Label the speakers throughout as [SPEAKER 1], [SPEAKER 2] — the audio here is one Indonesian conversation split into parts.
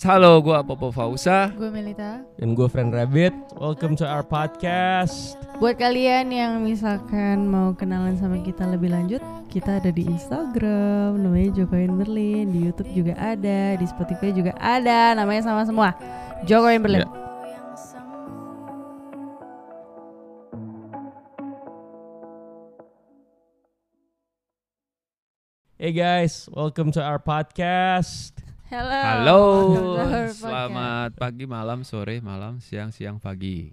[SPEAKER 1] Halo, gua Popo Fausa.
[SPEAKER 2] Gue Melita.
[SPEAKER 3] Dan gue Friend Rabbit. Welcome to our podcast.
[SPEAKER 2] Buat kalian yang misalkan mau kenalan sama kita lebih lanjut, kita ada di Instagram, namanya Jokoin Berlin, di YouTube juga ada, di Spotify juga ada, namanya sama semua. Jokoin Berlin.
[SPEAKER 3] Hey guys, welcome to our podcast.
[SPEAKER 2] Halo.
[SPEAKER 1] Halo,
[SPEAKER 2] Halo,
[SPEAKER 1] selamat pagi, malam, sore, malam, siang, siang, pagi.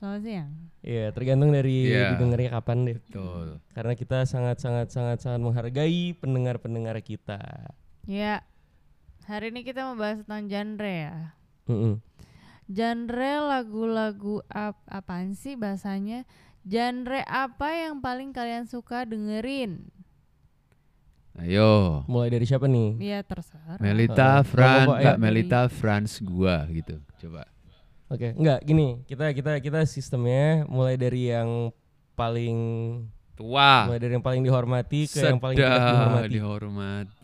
[SPEAKER 2] Selamat siang.
[SPEAKER 3] Ya, tergantung dari
[SPEAKER 1] Iya.
[SPEAKER 3] didengarnya kapan deh.
[SPEAKER 1] Betul.
[SPEAKER 3] Karena kita sangat sangat sangat sangat menghargai pendengar-pendengar kita.
[SPEAKER 2] Ya. Hari ini kita membahas tentang genre ya.
[SPEAKER 3] Mm-mm.
[SPEAKER 2] Genre lagu-lagu ap- apaan sih bahasanya? Genre apa yang paling kalian suka dengerin?
[SPEAKER 1] Hmm. Ayo,
[SPEAKER 3] Mulai dari siapa nih?
[SPEAKER 2] Ya terserah.
[SPEAKER 1] Melita,
[SPEAKER 3] Eh,
[SPEAKER 1] Fran,
[SPEAKER 3] Popo, ayo.
[SPEAKER 1] Kak Melita, Frans, gua gitu. Coba.
[SPEAKER 3] Oke, enggak gini. Kita kita kita sistemnya mulai dari yang paling
[SPEAKER 1] Tua.
[SPEAKER 3] mulai dari yang paling dihormati ke yang paling tidak
[SPEAKER 1] Sedang
[SPEAKER 3] dihormati.
[SPEAKER 1] dihormati.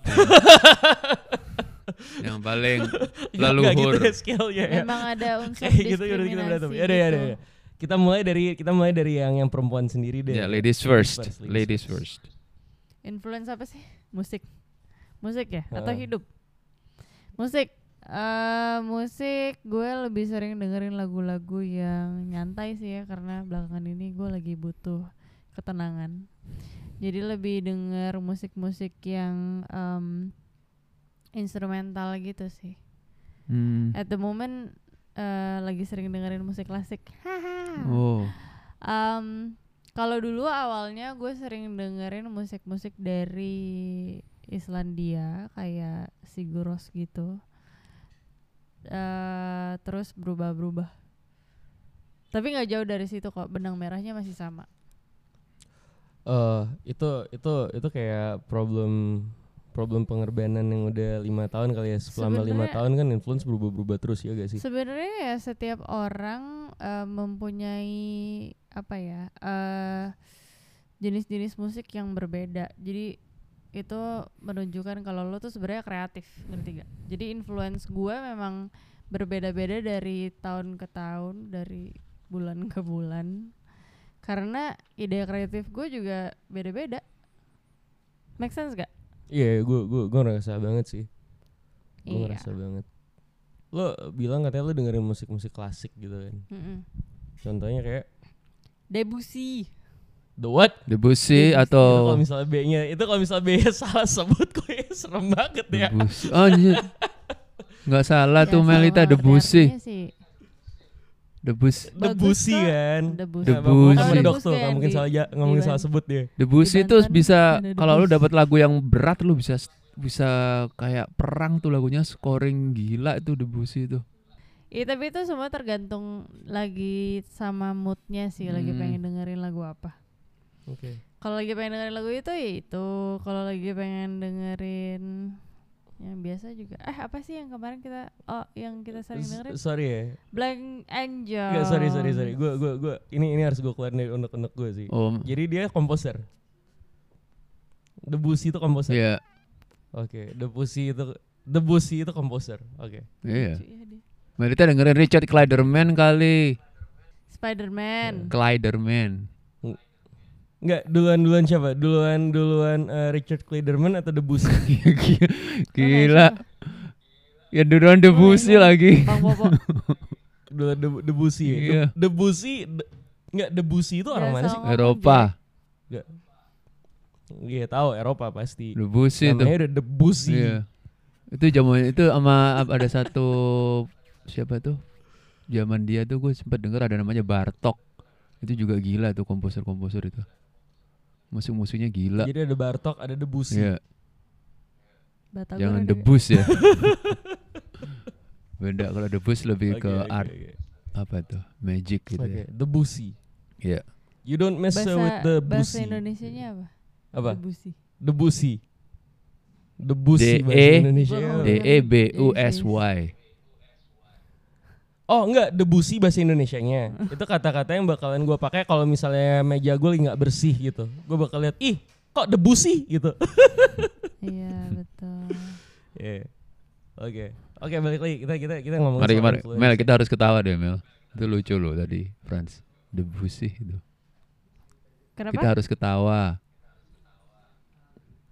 [SPEAKER 1] yang paling
[SPEAKER 3] Enggak, enggak
[SPEAKER 1] leluhur.
[SPEAKER 3] gitu ya scale-nya ya.
[SPEAKER 2] Memang ada unsur
[SPEAKER 3] Kayak gitu udah kita
[SPEAKER 2] diskriminasi
[SPEAKER 3] berantem. Ya udah ya udah.
[SPEAKER 2] gitu.
[SPEAKER 3] ya. Kita mulai dari kita mulai dari yang yang perempuan sendiri deh.
[SPEAKER 1] Ya, ladies first,
[SPEAKER 3] Ladies first,
[SPEAKER 1] ladies
[SPEAKER 3] ladies
[SPEAKER 1] first.
[SPEAKER 2] Influence apa sih? Musik. Musik ya atau
[SPEAKER 3] Heeh.
[SPEAKER 2] hidup? Musik. Eh musik gue lebih sering dengerin lagu-lagu yang nyantai sih ya karena belakangan ini gue lagi butuh ketenangan. Jadi lebih denger musik-musik yang em, instrumental gitu sih.
[SPEAKER 1] Hmm.
[SPEAKER 2] At the moment eh, lagi sering dengerin musik klasik. Haha.
[SPEAKER 1] Oh.
[SPEAKER 2] Um, kalau dulu awalnya gue sering dengerin musik-musik dari Islandia kayak Sigur Rós gitu. Eh, terus berubah-berubah. Tapi nggak jauh dari situ kok. Benang merahnya masih sama.
[SPEAKER 3] Eh, itu itu itu kayak problem problem pengorbanan yang udah lima tahun kali ya selama lima
[SPEAKER 2] Sebenarnya-
[SPEAKER 3] tahun kan influence berubah-berubah terus ya gak sih
[SPEAKER 2] Sebenarnya ya setiap orang eh, mempunyai apa ya eh, jenis-jenis musik yang berbeda. Jadi itu menunjukkan kalau lo tuh sebenarnya kreatif, ngerti gak? Jadi influence gue memang berbeda-beda dari tahun ke tahun, dari bulan ke bulan. Karena ide kreatif gue juga beda-beda. Make sense gak?
[SPEAKER 3] iya gue gue gue ngerasa banget sih gue
[SPEAKER 2] Iya.
[SPEAKER 3] ngerasa banget lo bilang katanya lo dengerin musik-musik klasik gitu kan
[SPEAKER 2] Mm-mm.
[SPEAKER 3] contohnya kayak
[SPEAKER 2] Debussy.
[SPEAKER 3] the what
[SPEAKER 1] Debussy
[SPEAKER 3] Itu
[SPEAKER 2] Oh.
[SPEAKER 1] atau
[SPEAKER 3] kalau misalnya B-nya itu kalau misalnya B-nya salah sebut gue serem banget ya
[SPEAKER 1] Debussy. Oh, anjir. Nggak salah
[SPEAKER 2] Ya,
[SPEAKER 1] tuh
[SPEAKER 2] sama
[SPEAKER 1] Melita
[SPEAKER 2] ngerti
[SPEAKER 1] Debussy.
[SPEAKER 2] artinya sih.
[SPEAKER 1] Debussy.
[SPEAKER 3] Debussy
[SPEAKER 2] Bagus kok.
[SPEAKER 3] kan
[SPEAKER 2] Debussy.
[SPEAKER 3] Nggak apa-apa,
[SPEAKER 2] Oh,
[SPEAKER 1] Debussy.
[SPEAKER 3] mendok tuh
[SPEAKER 2] Debussy
[SPEAKER 3] nggak
[SPEAKER 2] yang
[SPEAKER 3] mungkin
[SPEAKER 2] di-
[SPEAKER 3] salah ja- nggak mungkin
[SPEAKER 2] di-
[SPEAKER 3] salah sebut dia
[SPEAKER 1] Debussy
[SPEAKER 2] Di
[SPEAKER 1] itu
[SPEAKER 2] Banten
[SPEAKER 1] bisa
[SPEAKER 2] ada
[SPEAKER 1] kalau lu
[SPEAKER 2] Debussy.
[SPEAKER 1] dapat lagu yang berat lu bisa bisa kayak perang tuh lagunya scoring gila itu Debussy itu.
[SPEAKER 2] Iya tapi itu semua tergantung lagi sama moodnya sih lagi
[SPEAKER 1] Hmm.
[SPEAKER 2] pengen dengerin lagu apa.
[SPEAKER 3] oke
[SPEAKER 2] Kalau lagi pengen dengerin lagu itu ya itu, kalau lagi pengen dengerin yang biasa juga. Eh apa sih yang kemarin kita oh yang kita sering dengerin?
[SPEAKER 3] S- sorry ya
[SPEAKER 2] Blank Angel.
[SPEAKER 3] Enggak, sorry sorry sorry.
[SPEAKER 1] Oh.
[SPEAKER 3] Gue gue gue ini ini harus gue keluarin dari unek-unek gue sih.
[SPEAKER 1] Om.
[SPEAKER 3] Jadi dia komposer. Debussy itu komposer.
[SPEAKER 1] Iya.
[SPEAKER 3] Oke, Debussy itu Debussy itu komposer. Oke.
[SPEAKER 1] Iya.
[SPEAKER 2] Lucu ya dia.
[SPEAKER 1] Melita dengerin Richard Clyderman kali.
[SPEAKER 2] Spider-Man.
[SPEAKER 1] Clyderman.
[SPEAKER 3] Enggak, duluan-duluan siapa? Duluan-duluan eh, Richard Clayderman atau Debussy?
[SPEAKER 1] Gila.
[SPEAKER 2] Gila.
[SPEAKER 1] Gila. Ya duluan Debussy lagi.
[SPEAKER 2] Bang Popo.
[SPEAKER 3] Duluan De- Debussy. ya? De-
[SPEAKER 1] Iya.
[SPEAKER 3] Debussy de- enggak Debussy itu orang
[SPEAKER 2] Nggak
[SPEAKER 3] mana sih?
[SPEAKER 2] salah.
[SPEAKER 1] Eropa.
[SPEAKER 3] Iya, tahu Eropa pasti.
[SPEAKER 1] Debussy itu.
[SPEAKER 3] Namanya udah Debussy.
[SPEAKER 1] Iya. Itu zaman itu sama ada satu siapa tuh? Zaman dia tuh gue sempat dengar ada namanya Bartok. Itu juga gila tuh komposer-komposer itu. Musuh-musuhnya gila.
[SPEAKER 3] Jadi ada Bartok, ada Debussy.
[SPEAKER 1] Iya,
[SPEAKER 2] Batagor
[SPEAKER 1] jangan
[SPEAKER 2] ada-
[SPEAKER 1] debus ya. Beda kalau debus lebih
[SPEAKER 3] Oke,
[SPEAKER 1] ke
[SPEAKER 3] oke,
[SPEAKER 1] art gitu ya.
[SPEAKER 3] oke.
[SPEAKER 1] apa tuh? Magic gitu
[SPEAKER 3] Oke,
[SPEAKER 1] ya.
[SPEAKER 3] Debussy.
[SPEAKER 1] Iya.
[SPEAKER 3] You don't mess
[SPEAKER 2] Bahasa,
[SPEAKER 3] with the
[SPEAKER 2] bahasa
[SPEAKER 3] Debussy.
[SPEAKER 2] Indonesianya apa?
[SPEAKER 3] Apa?
[SPEAKER 2] Debussy.
[SPEAKER 3] Debussy. Debussy
[SPEAKER 1] D-E-
[SPEAKER 3] bahasa Indonesia.
[SPEAKER 2] Gua
[SPEAKER 1] E D E B U S Y.
[SPEAKER 3] Oh enggak, Debussy bahasa Indonesianya. Itu kata-kata yang bakalan gua pakai kalau misalnya meja gue nggak bersih gitu. Gue bakal lihat, ih kok Debussy gitu.
[SPEAKER 2] Iya, betul.
[SPEAKER 3] Iya. Oke. Oke balik lagi kita kita kita ngomongin
[SPEAKER 1] Mari,
[SPEAKER 3] soal
[SPEAKER 1] mari.
[SPEAKER 3] Oh, influencer.
[SPEAKER 1] Mel, kita harus ketawa deh Mel. Itu lucu loh tadi, Franz. Debussy itu.
[SPEAKER 2] Kenapa?
[SPEAKER 1] Kita harus ketawa.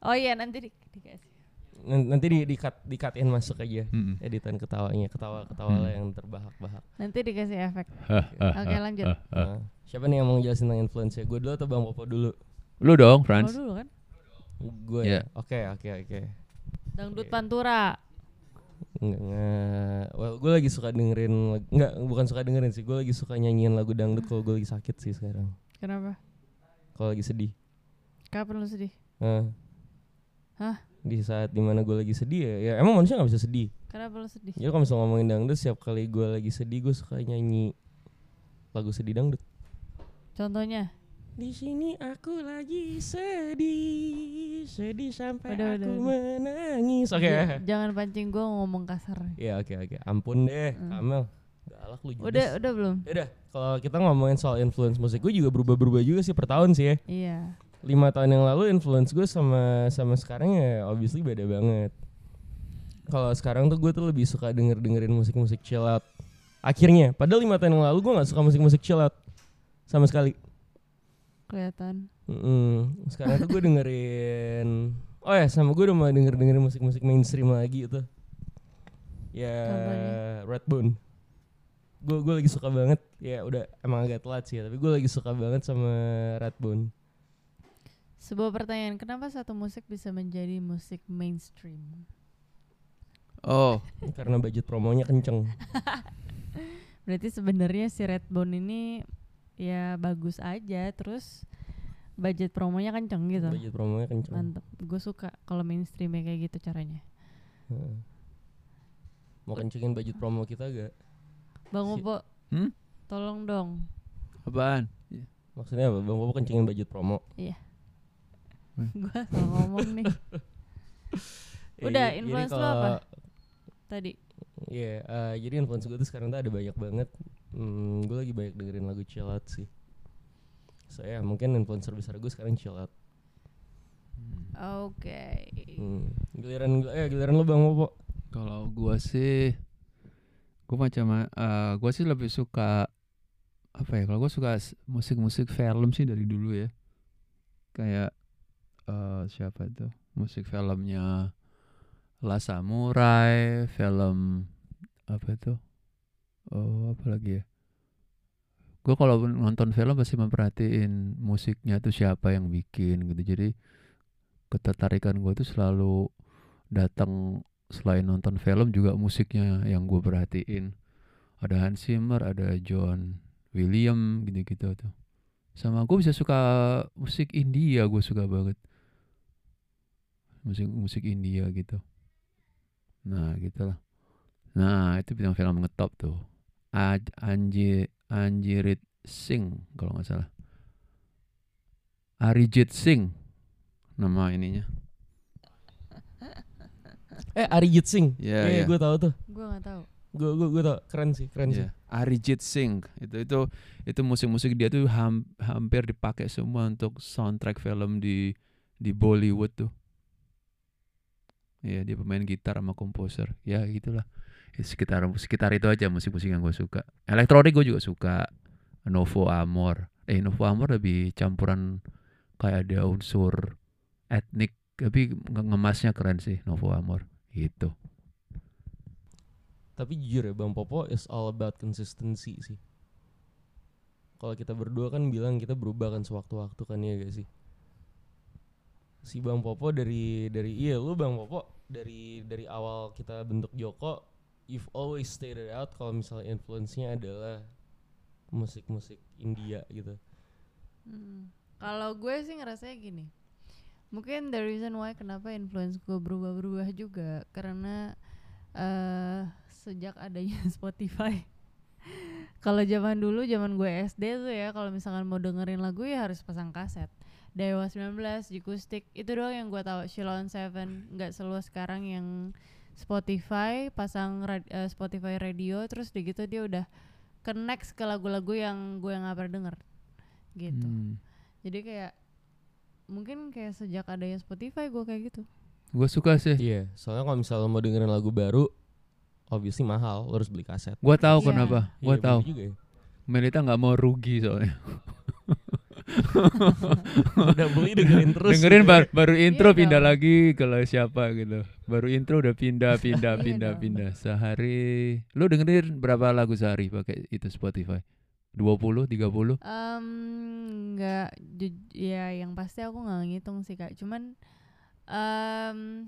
[SPEAKER 2] Oh iya nanti di, dikasih.
[SPEAKER 3] N- nanti di di cut di cut-in masuk aja
[SPEAKER 1] Mm-mm.
[SPEAKER 3] editan ketawanya ketawa ketawa
[SPEAKER 1] Hmm.
[SPEAKER 3] yang terbahak-bahak.
[SPEAKER 2] Nanti dikasih efek.
[SPEAKER 1] Hah, hah,
[SPEAKER 2] Oke,
[SPEAKER 1] hah,
[SPEAKER 2] lanjut.
[SPEAKER 1] hah, hah.
[SPEAKER 3] Nah, siapa nih yang mau jelasin tentang influencer? Gue dulu atau Bang Popo dulu?
[SPEAKER 1] Lu dong,
[SPEAKER 2] Kalau
[SPEAKER 1] Franz.
[SPEAKER 2] dulu kan
[SPEAKER 3] Gue.
[SPEAKER 1] Iya.
[SPEAKER 3] ya Oke oke oke.
[SPEAKER 2] dangdut
[SPEAKER 3] Oke.
[SPEAKER 2] pantura.
[SPEAKER 3] Nggak, nggak. Well, gue lagi suka dengerin lag- nggak bukan suka dengerin sih. Gue lagi suka nyanyiin lagu dangdut kalau gue lagi sakit sih sekarang.
[SPEAKER 2] Kenapa?
[SPEAKER 3] Kalau lagi sedih.
[SPEAKER 2] Kapan lu sedih?
[SPEAKER 3] Nah,
[SPEAKER 2] Hah?
[SPEAKER 3] Di saat dimana gue lagi sedih ya, ya emang manusia nggak bisa sedih.
[SPEAKER 2] Kenapa lu sedih?
[SPEAKER 3] Jadi kalau misalnya ngomongin dangdut, setiap kali gue lagi sedih, gue suka nyanyi lagu sedih dangdut.
[SPEAKER 2] Contohnya?
[SPEAKER 3] Di sini aku lagi sedih, sedih sampai
[SPEAKER 2] Udah, udah,
[SPEAKER 3] aku
[SPEAKER 2] udah.
[SPEAKER 3] menangis. Iya. Oke.
[SPEAKER 2] Ja- Jangan pancing gua ngomong kasar.
[SPEAKER 3] Ya oke oke. Ampun deh,
[SPEAKER 2] Hmm.
[SPEAKER 3] Kamel. Galak lu judes.
[SPEAKER 2] Udah udah belum?
[SPEAKER 3] Ya udah, kalau kita ngomongin soal influence musik, gue juga berubah-berubah juga sih per tahun sih ya.
[SPEAKER 2] Iya.
[SPEAKER 3] Lima tahun yang lalu influence gue sama sama sekarang ya obviously beda banget. Kalau sekarang tuh gue tuh lebih suka denger dengerin musik-musik chill out. Akhirnya, padahal lima tahun yang lalu gue nggak suka musik-musik chill out sama sekali.
[SPEAKER 2] Kelihatan.
[SPEAKER 3] Mm-mm. Sekarang tuh gue dengerin Oh ya sama gue udah mulai denger dengerin musik-musik mainstream lagi itu Ya Redbone Gue gue lagi suka banget Ya udah emang agak telat sih ya, Tapi gue lagi suka banget sama Redbone
[SPEAKER 2] Sebuah pertanyaan, kenapa satu musik bisa menjadi musik mainstream?
[SPEAKER 1] Oh,
[SPEAKER 3] Karena budget promonya kenceng
[SPEAKER 2] Berarti sebenarnya si Redbone ini ya bagus aja, terus budget promonya kenceng gitu.
[SPEAKER 3] Budget promonya kenceng
[SPEAKER 2] Mantep, gue suka kalau mainstreamnya kayak gitu caranya.
[SPEAKER 3] Heeh. Mau kencengin budget promo kita gak?
[SPEAKER 2] Bang
[SPEAKER 3] Si-
[SPEAKER 2] Opo,
[SPEAKER 1] Hmm?
[SPEAKER 2] tolong dong.
[SPEAKER 1] apaan?
[SPEAKER 3] Maksudnya apa? Bang Popo kencengin budget promo
[SPEAKER 2] gue salah ngomong nih Udah,
[SPEAKER 3] Iya, Jadi- jadi
[SPEAKER 2] influence lu
[SPEAKER 3] kalau-
[SPEAKER 2] apa? tadi.
[SPEAKER 3] Iya, eh, jadi influence gue tuh sekarang tuh ada banyak banget. Hmm, gue lagi banyak dengerin lagu chill out sih. Saya mungkin influencer besar gue sekarang chill out.
[SPEAKER 2] Oke.
[SPEAKER 3] Hmm. Giliran eh giliran lu Bang Popo.
[SPEAKER 1] Kalau gua sih gua macam eh gua sih lebih suka apa ya? Kalau gua suka s- musik-musik film sih dari dulu ya. Kayak eh siapa tuh? Musik filmnya La Samurai, film apa tuh? Oh, apa lagi ya? Gue kalau nonton film pasti memperhatiin musiknya tuh siapa yang bikin gitu. Jadi ketertarikan gue tuh selalu datang selain nonton film juga musiknya yang gue perhatiin ada Hans Zimmer ada John William gitu-gitu tuh sama gue bisa suka musik India gue suka banget musik musik India gitu nah gitulah nah itu bidang film ngetop tuh Aj Anji Anjirit Singh kalau nggak salah Arijit Singh nama ininya
[SPEAKER 3] Eh Arijit Singh.
[SPEAKER 1] Iya,
[SPEAKER 3] Iya,
[SPEAKER 1] iya.
[SPEAKER 3] gue tahu tuh.
[SPEAKER 2] Gue nggak tahu.
[SPEAKER 3] Gue gue gue tau keren sih, keren kan sih.
[SPEAKER 1] Iya, Arijit Singh itu itu itu musik-musik dia tuh ham- hampir dipakai semua untuk soundtrack film di di Bollywood tuh. Iya, dia pemain gitar sama komposer. Ya, gitulah. Ya, sekitar sekitar itu aja musik-musik yang gue suka. Elektronik gue juga suka. Novo Amor. Eh, Novo Amor lebih campuran kayak ada unsur etnik tapi nge- ngemasnya keren sih Novo Amor gitu.
[SPEAKER 3] Tapi jujur ya Bang Popo is all about consistency sih. Kalau kita berdua kan bilang kita berubah kan sewaktu-waktu kan ya gak sih? Si Bang Popo dari dari iya lu Bang Popo dari dari awal kita bentuk Joko you've always stated out kalau misalnya influence-nya adalah musik-musik India gitu.
[SPEAKER 2] Mm. Kalau gue sih ngerasanya gini. Mungkin the reason why kenapa influence gue berubah-berubah juga karena eh sejak adanya Spotify. kalau zaman dulu zaman gue SD tuh ya kalau misalkan mau dengerin lagu ya harus pasang kaset. Dewa 19, Jikustik, itu doang yang gue tahu. Shilon Seven nggak seluas sekarang yang Spotify, pasang rad- eh, Spotify radio terus di gitu dia udah connect ke lagu-lagu yang gue nggak pernah denger gitu
[SPEAKER 1] Hmm.
[SPEAKER 2] jadi kayak mungkin kayak sejak adanya Spotify gue kayak gitu
[SPEAKER 1] Gue suka sih.
[SPEAKER 3] Iya, soalnya kalau misalnya mau dengerin lagu baru obviously mahal lo harus beli kaset
[SPEAKER 1] Gua tahu
[SPEAKER 2] Iya.
[SPEAKER 1] kenapa. Gua
[SPEAKER 3] Iya, bener
[SPEAKER 1] tahu.
[SPEAKER 3] juga ya.
[SPEAKER 1] Melita nggak mau rugi soalnya.
[SPEAKER 3] udah beli dengerin terus
[SPEAKER 1] Dengerin bar- baru intro
[SPEAKER 2] Iya
[SPEAKER 1] pindah
[SPEAKER 2] dong.
[SPEAKER 1] lagi ke lo siapa gitu. Baru intro udah pindah pindah
[SPEAKER 2] Iya
[SPEAKER 1] pindah
[SPEAKER 2] dong.
[SPEAKER 1] pindah. Sehari lu dengerin berapa lagu sehari pakai itu Spotify? 20, 30?
[SPEAKER 2] Em, nggak ju- ya yang pasti aku nggak ngitung sih kak cuman em,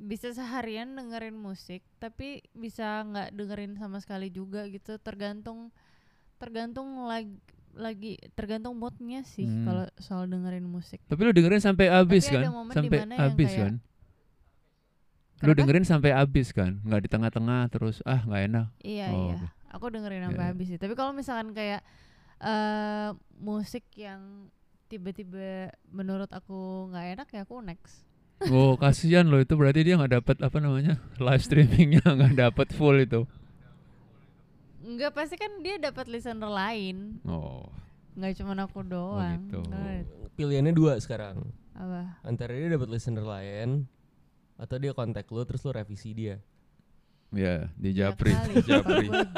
[SPEAKER 2] bisa seharian dengerin musik tapi bisa nggak dengerin sama sekali juga gitu tergantung tergantung lagi lagi tergantung moodnya sih
[SPEAKER 1] Hmm.
[SPEAKER 2] kalau soal dengerin musik
[SPEAKER 1] Tapi lu dengerin sampai habis
[SPEAKER 2] ada
[SPEAKER 1] kan?
[SPEAKER 2] momen
[SPEAKER 1] Sampai
[SPEAKER 2] dimana yang
[SPEAKER 1] habis
[SPEAKER 2] kayak-
[SPEAKER 1] kan? Lu
[SPEAKER 2] Kenapa?
[SPEAKER 1] dengerin sampai habis kan? nggak di tengah-tengah terus ah nggak enak.
[SPEAKER 2] Iya
[SPEAKER 1] Oh,
[SPEAKER 2] iya,
[SPEAKER 1] oke.
[SPEAKER 2] aku dengerin
[SPEAKER 1] Iya,
[SPEAKER 2] sampai
[SPEAKER 1] iya.
[SPEAKER 2] habis sih. Tapi kalau misalkan kayak eh musik yang tiba-tiba menurut aku nggak enak ya aku next.
[SPEAKER 1] Oh kasihan loh itu berarti dia nggak dapat apa namanya live streamingnya nggak dapat full itu.
[SPEAKER 2] Enggak pasti kan dia dapat listener lain,
[SPEAKER 1] Oh
[SPEAKER 2] nggak cuma aku doang.
[SPEAKER 1] gitu.
[SPEAKER 2] Ngerti?
[SPEAKER 3] pilihannya dua sekarang
[SPEAKER 2] Apa?
[SPEAKER 3] antara dia dapat listener lain atau dia kontak lo terus lo revisi dia
[SPEAKER 1] ya di
[SPEAKER 2] Banyak
[SPEAKER 1] Japri,
[SPEAKER 2] kali.
[SPEAKER 1] di Japri.
[SPEAKER 2] Kalau gua-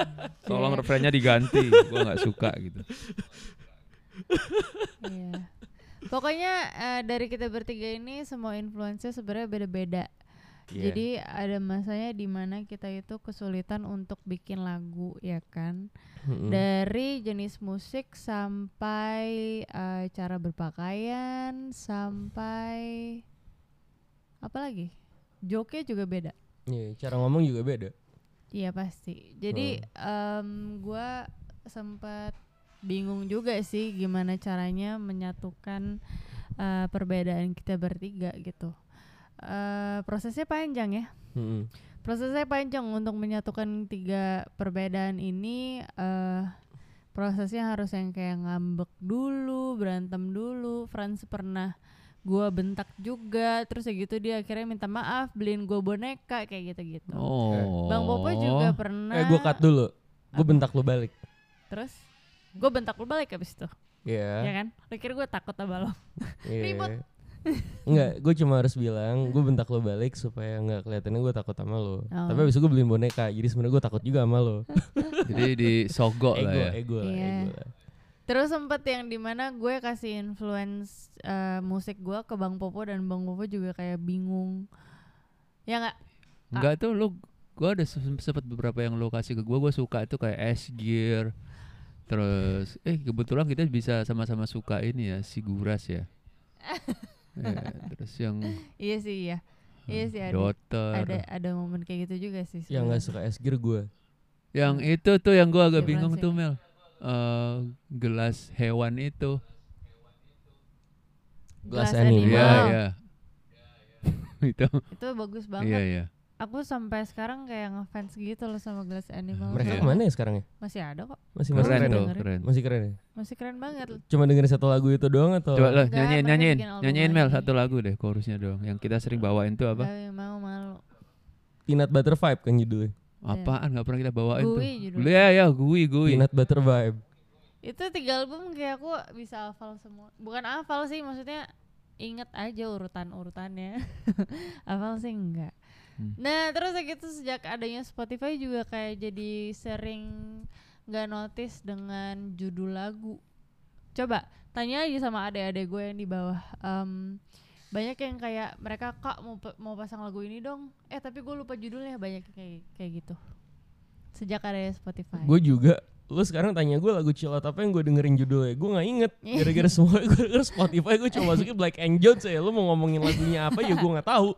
[SPEAKER 1] Tolong
[SPEAKER 2] Iya,
[SPEAKER 1] referennya diganti, gua nggak suka gitu.
[SPEAKER 2] iya. Pokoknya eh, dari kita bertiga ini semua influencer sebenarnya beda-beda.
[SPEAKER 3] Iya.
[SPEAKER 2] Jadi ada masanya di mana kita itu kesulitan untuk bikin lagu ya kan.
[SPEAKER 3] Mm-mm.
[SPEAKER 2] dari jenis musik sampai eh, cara berpakaian sampai apa lagi joknya juga beda
[SPEAKER 3] Iya, cara ngomong juga beda
[SPEAKER 2] iya pasti jadi em, gua sempat bingung juga sih gimana caranya menyatukan eh, perbedaan kita bertiga gitu Eh, prosesnya panjang ya
[SPEAKER 3] Mm-mm.
[SPEAKER 2] prosesnya panjang untuk menyatukan tiga perbedaan ini eh prosesnya harus yang kayak ngambek dulu berantem dulu Franz pernah gua bentak juga terus ya gitu dia akhirnya minta maaf beliin gua boneka kayak gitu gitu
[SPEAKER 1] Oh.
[SPEAKER 2] bang Popo juga pernah
[SPEAKER 3] eh gue cut dulu gue
[SPEAKER 2] Apa?
[SPEAKER 3] bentak lo balik
[SPEAKER 2] terus gue bentak lu balik abis itu ya
[SPEAKER 3] Iya
[SPEAKER 2] kan lu kira gue takut sama lo Ribut.
[SPEAKER 3] Iya Enggak, gue cuma harus bilang gue bentak lo balik supaya nggak kelihatannya gue takut sama
[SPEAKER 2] Oh.
[SPEAKER 3] lo. Tapi abis itu gue beliin boneka, jadi sebenarnya gue takut juga sama lo.
[SPEAKER 1] Jadi di sogok
[SPEAKER 3] ego,
[SPEAKER 1] lah ya.
[SPEAKER 3] ego lah,
[SPEAKER 2] Iya.
[SPEAKER 3] ego lah.
[SPEAKER 2] terus sempet yang dimana gue kasih influence eh, musik gua ke bang Popo dan bang Popo juga kayak bingung ya nggak
[SPEAKER 1] Enggak tuh lu gua ada sempat beberapa yang lo kasih ke gua, gua suka tuh kayak S Gear. Terus eh kebetulan kita bisa sama-sama suka ini ya, si Guras ya. Ya, terus yang
[SPEAKER 2] Iya sih iya. Iya
[SPEAKER 1] Hmm,
[SPEAKER 2] sih ada ada
[SPEAKER 1] Daughter.
[SPEAKER 2] ada momen kayak gitu juga sih.
[SPEAKER 3] Yang Iya, nggak suka es gear gue.
[SPEAKER 2] Iya.
[SPEAKER 1] Yang itu tuh yang gua agak
[SPEAKER 2] Gelas
[SPEAKER 1] bingung
[SPEAKER 2] ya.
[SPEAKER 1] tuh Mel. Eh, gelas hewan itu.
[SPEAKER 3] Glass
[SPEAKER 2] Glass
[SPEAKER 3] animal.
[SPEAKER 1] Iya,
[SPEAKER 2] Wow.
[SPEAKER 1] iya. Itu.
[SPEAKER 2] sebenarnya. Itu bagus
[SPEAKER 1] Iya,
[SPEAKER 2] banget.
[SPEAKER 1] iya.
[SPEAKER 2] Aku sampai sekarang kayak ngefans gitu loh sama Glass Animal.
[SPEAKER 1] Iya.
[SPEAKER 3] Mereka kemana ya sekarang ya?
[SPEAKER 2] Masih ada kok.
[SPEAKER 3] Masih masih
[SPEAKER 1] Keren
[SPEAKER 3] keren,
[SPEAKER 1] tuh,
[SPEAKER 2] dengerin.
[SPEAKER 1] keren.
[SPEAKER 3] ya? Masih keren ya?
[SPEAKER 2] Masih keren banget.
[SPEAKER 3] Cuma dengerin satu lagu itu doang atau?
[SPEAKER 1] Coba lo
[SPEAKER 2] Enggak,
[SPEAKER 1] nyanyiin,
[SPEAKER 2] mereka
[SPEAKER 1] nyanyiin,
[SPEAKER 2] bikin album
[SPEAKER 1] nyanyiin Mel
[SPEAKER 2] lagi. Iya.
[SPEAKER 1] satu lagu deh chorusnya dong. Yang kita sering bawain tuh apa?
[SPEAKER 2] Tapi mau malu.
[SPEAKER 3] Peanut Butter Vibe kan judulnya.
[SPEAKER 1] Apaan nggak pernah kita bawain tuh?
[SPEAKER 2] Gui judulnya.
[SPEAKER 1] Iya ya, gui gui.
[SPEAKER 3] Peanut Butter Vibe.
[SPEAKER 2] Itu tiga album kayak aku bisa hafal semua. Bukan hafal sih maksudnya inget aja urutan-urutannya. hafal sih enggak.
[SPEAKER 1] Hmm.
[SPEAKER 2] Nah, terus kayak gitu sejak adanya Spotify juga kayak jadi sering nggak notice dengan judul lagu. Coba tanya aja sama adik-adik gue yang di bawah. Em, banyak yang kayak mereka kak mau pa- mau pasang lagu ini dong. Eh tapi gue lupa judulnya banyak yang kayak kayak gitu. Sejak adanya Spotify.
[SPEAKER 3] Gue juga. Lo sekarang tanya gue lagu chillat apa yang gue dengerin judulnya? Gue nggak inget. Gara-gara semua gue denger Spotify gue cuma masukin Black and Jones ya. Lo mau ngomongin lagunya apa ya gue nggak tahu.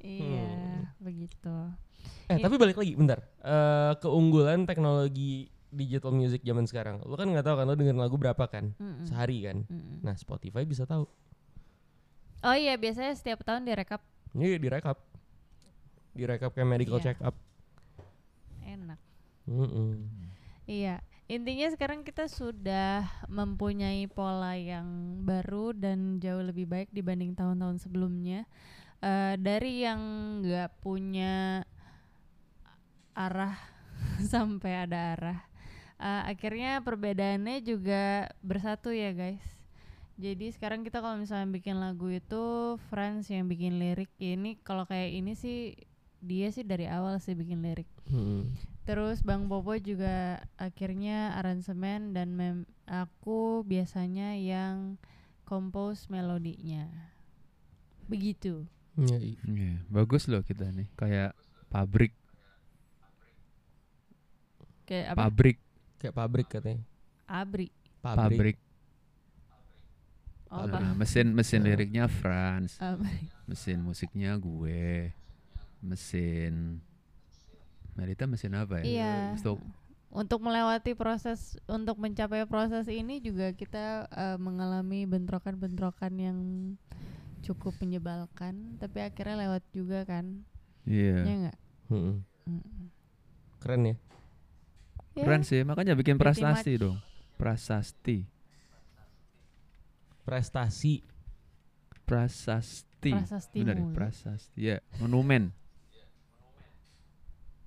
[SPEAKER 2] Iya,
[SPEAKER 3] Hmm.
[SPEAKER 2] begitu.
[SPEAKER 3] Eh
[SPEAKER 2] Iya.
[SPEAKER 3] tapi balik lagi bentar. Eh keunggulan teknologi digital music zaman sekarang. Lo kan nggak tahu kan lo dengerin lagu berapa kan?
[SPEAKER 2] Mm-mm.
[SPEAKER 3] Sehari kan.
[SPEAKER 2] Mm-mm.
[SPEAKER 3] Nah Spotify bisa tahu.
[SPEAKER 2] Oh iya, biasanya setiap tahun direkap
[SPEAKER 3] Ini direkap. Direkap kayak medical
[SPEAKER 2] Iya.
[SPEAKER 3] check up.
[SPEAKER 2] enak.
[SPEAKER 3] Mm-mm.
[SPEAKER 2] Iya, intinya sekarang kita sudah mempunyai pola yang baru dan jauh lebih baik dibanding tahun-tahun sebelumnya. Eh, dari yang nggak punya arah sampai ada arah, Eh, akhirnya perbedaannya juga bersatu ya guys. Jadi sekarang kita kalau misalnya bikin lagu itu Franz yang bikin lirik ini kalau kayak ini sih dia sih dari awal sih bikin lirik
[SPEAKER 3] Hmm.
[SPEAKER 2] Terus Bang Popo juga akhirnya aransemen dan mem aku biasanya yang compose melodinya. Begitu.
[SPEAKER 3] Ya, i-
[SPEAKER 1] Iya, bagus loh kita nih. Kayak pabrik,
[SPEAKER 2] Kayak apa?
[SPEAKER 1] pabrik,
[SPEAKER 3] kayak pabrik katanya.
[SPEAKER 2] Abri.
[SPEAKER 1] pabrik.
[SPEAKER 2] Oh,
[SPEAKER 1] Nah,
[SPEAKER 2] apa?
[SPEAKER 1] mesin mesin
[SPEAKER 3] Ya.
[SPEAKER 1] liriknya Franz,
[SPEAKER 2] Abri.
[SPEAKER 1] mesin musiknya gue, mesin Melita mesin apa ya?
[SPEAKER 2] Iya.
[SPEAKER 1] Stok-
[SPEAKER 2] Untuk melewati proses untuk mencapai proses ini juga kita eh, mengalami bentrokan-bentrokan yang cukup menyebalkan, tapi akhirnya lewat juga kan.
[SPEAKER 1] Iya.
[SPEAKER 2] Ya enggak?
[SPEAKER 3] Hmm. Keren ya.
[SPEAKER 1] Keren
[SPEAKER 2] Iya.
[SPEAKER 1] sih, makanya bikin
[SPEAKER 2] Pretty
[SPEAKER 1] prasasti dong. Prasasti.
[SPEAKER 3] Prestasi.
[SPEAKER 1] Prasasti.
[SPEAKER 2] Prasasti
[SPEAKER 1] Benar ya,
[SPEAKER 2] mulu.
[SPEAKER 1] prasasti. Ya, monumen.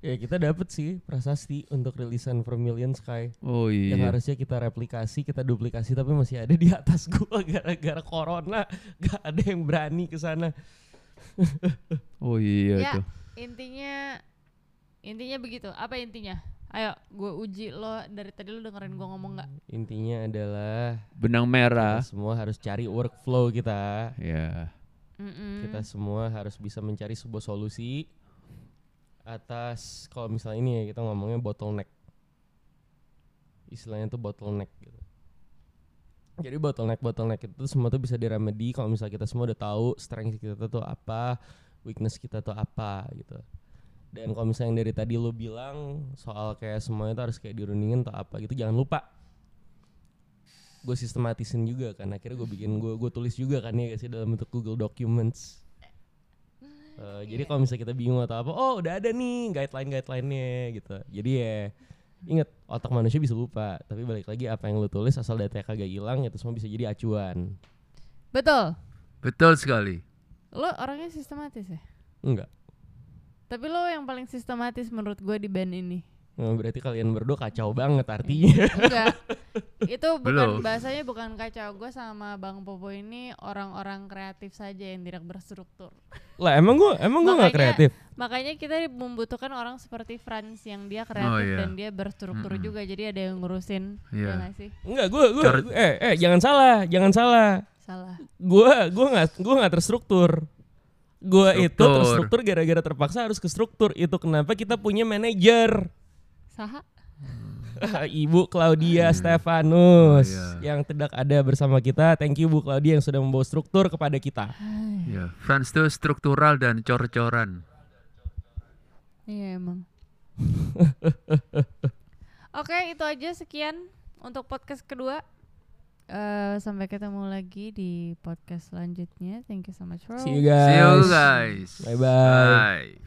[SPEAKER 3] Ya kita dapat sih prasasti untuk rilisan Vermilion Sky
[SPEAKER 1] Oh
[SPEAKER 3] yang
[SPEAKER 1] iya.
[SPEAKER 3] harusnya kita replikasi, kita duplikasi tapi masih ada di atas gua gara-gara corona gak ada yang berani ke sana.
[SPEAKER 1] Oh iya
[SPEAKER 2] Ya.
[SPEAKER 1] tuh.
[SPEAKER 2] intinya intinya begitu apa intinya ayo gue uji lo dari tadi lo dengerin gue ngomong nggak
[SPEAKER 3] Intinya adalah
[SPEAKER 1] Benang
[SPEAKER 3] kita
[SPEAKER 1] merah.
[SPEAKER 3] semua harus cari workflow kita.
[SPEAKER 1] Ya.
[SPEAKER 2] Mm-mm.
[SPEAKER 3] Kita semua harus bisa mencari sebuah solusi atas kalau misalnya ini ya kita ngomongnya bottleneck. Istilahnya tuh bottleneck gitu. Jadi bottleneck bottleneck itu semua tuh bisa diremedi kalau misalnya kita semua udah tahu strength kita tuh apa, weakness kita tuh apa gitu. Dan kalau misalnya yang dari tadi lo bilang soal kayak semuanya tuh harus kayak dirundingin atau apa gitu, jangan lupa gue sistematisin juga kan akhirnya gue bikin gue gue tulis juga kan ya gak sih dalam bentuk Google Documents Eh, jadi kalau misalnya kita bingung atau apa oh udah ada nih guideline guideline-nya gitu jadi ya inget otak manusia bisa lupa tapi balik lagi apa yang lu tulis asal data kagak hilang itu semua bisa jadi acuan
[SPEAKER 2] betul
[SPEAKER 1] Betul sekali.
[SPEAKER 2] lo orangnya sistematis ya
[SPEAKER 3] enggak
[SPEAKER 2] tapi lo yang paling sistematis menurut gue di band ini
[SPEAKER 3] Nah, berarti kalian berdua kacau banget artinya
[SPEAKER 2] enggak itu bukan
[SPEAKER 1] Belum.
[SPEAKER 2] bahasanya bukan kacau gue sama bang popo ini orang-orang kreatif saja yang tidak berstruktur
[SPEAKER 3] lah emang gue emang gue nggak
[SPEAKER 2] Makanya-
[SPEAKER 3] kreatif
[SPEAKER 2] makanya kita membutuhkan orang seperti Franz yang dia kreatif
[SPEAKER 1] iya.
[SPEAKER 2] dan dia berstruktur
[SPEAKER 1] Mm-mm.
[SPEAKER 2] juga jadi ada yang ngurusin ya
[SPEAKER 1] Iya.
[SPEAKER 2] nggak sih
[SPEAKER 3] enggak gue gue
[SPEAKER 1] Cara-
[SPEAKER 3] eh eh jangan salah jangan salah
[SPEAKER 2] salah
[SPEAKER 3] gue gue nggak gue nggak terstruktur gue itu
[SPEAKER 1] Struktur.
[SPEAKER 3] terstruktur gara-gara terpaksa harus ke struktur itu kenapa kita punya manajer
[SPEAKER 2] saha
[SPEAKER 3] Ibu Claudia Stefanus
[SPEAKER 1] Oh, iya.
[SPEAKER 3] yang tidak ada bersama kita. Thank you Bu Claudia yang sudah membawa struktur kepada kita.
[SPEAKER 1] Ya, Franz tuh struktural dan cor-coran.
[SPEAKER 2] Iya emang. Oke itu aja sekian untuk podcast kedua. Eh sampai ketemu lagi di podcast selanjutnya. Thank you so much for
[SPEAKER 3] See you guys.
[SPEAKER 1] See you guys.
[SPEAKER 3] Bye-bye.
[SPEAKER 1] Bye.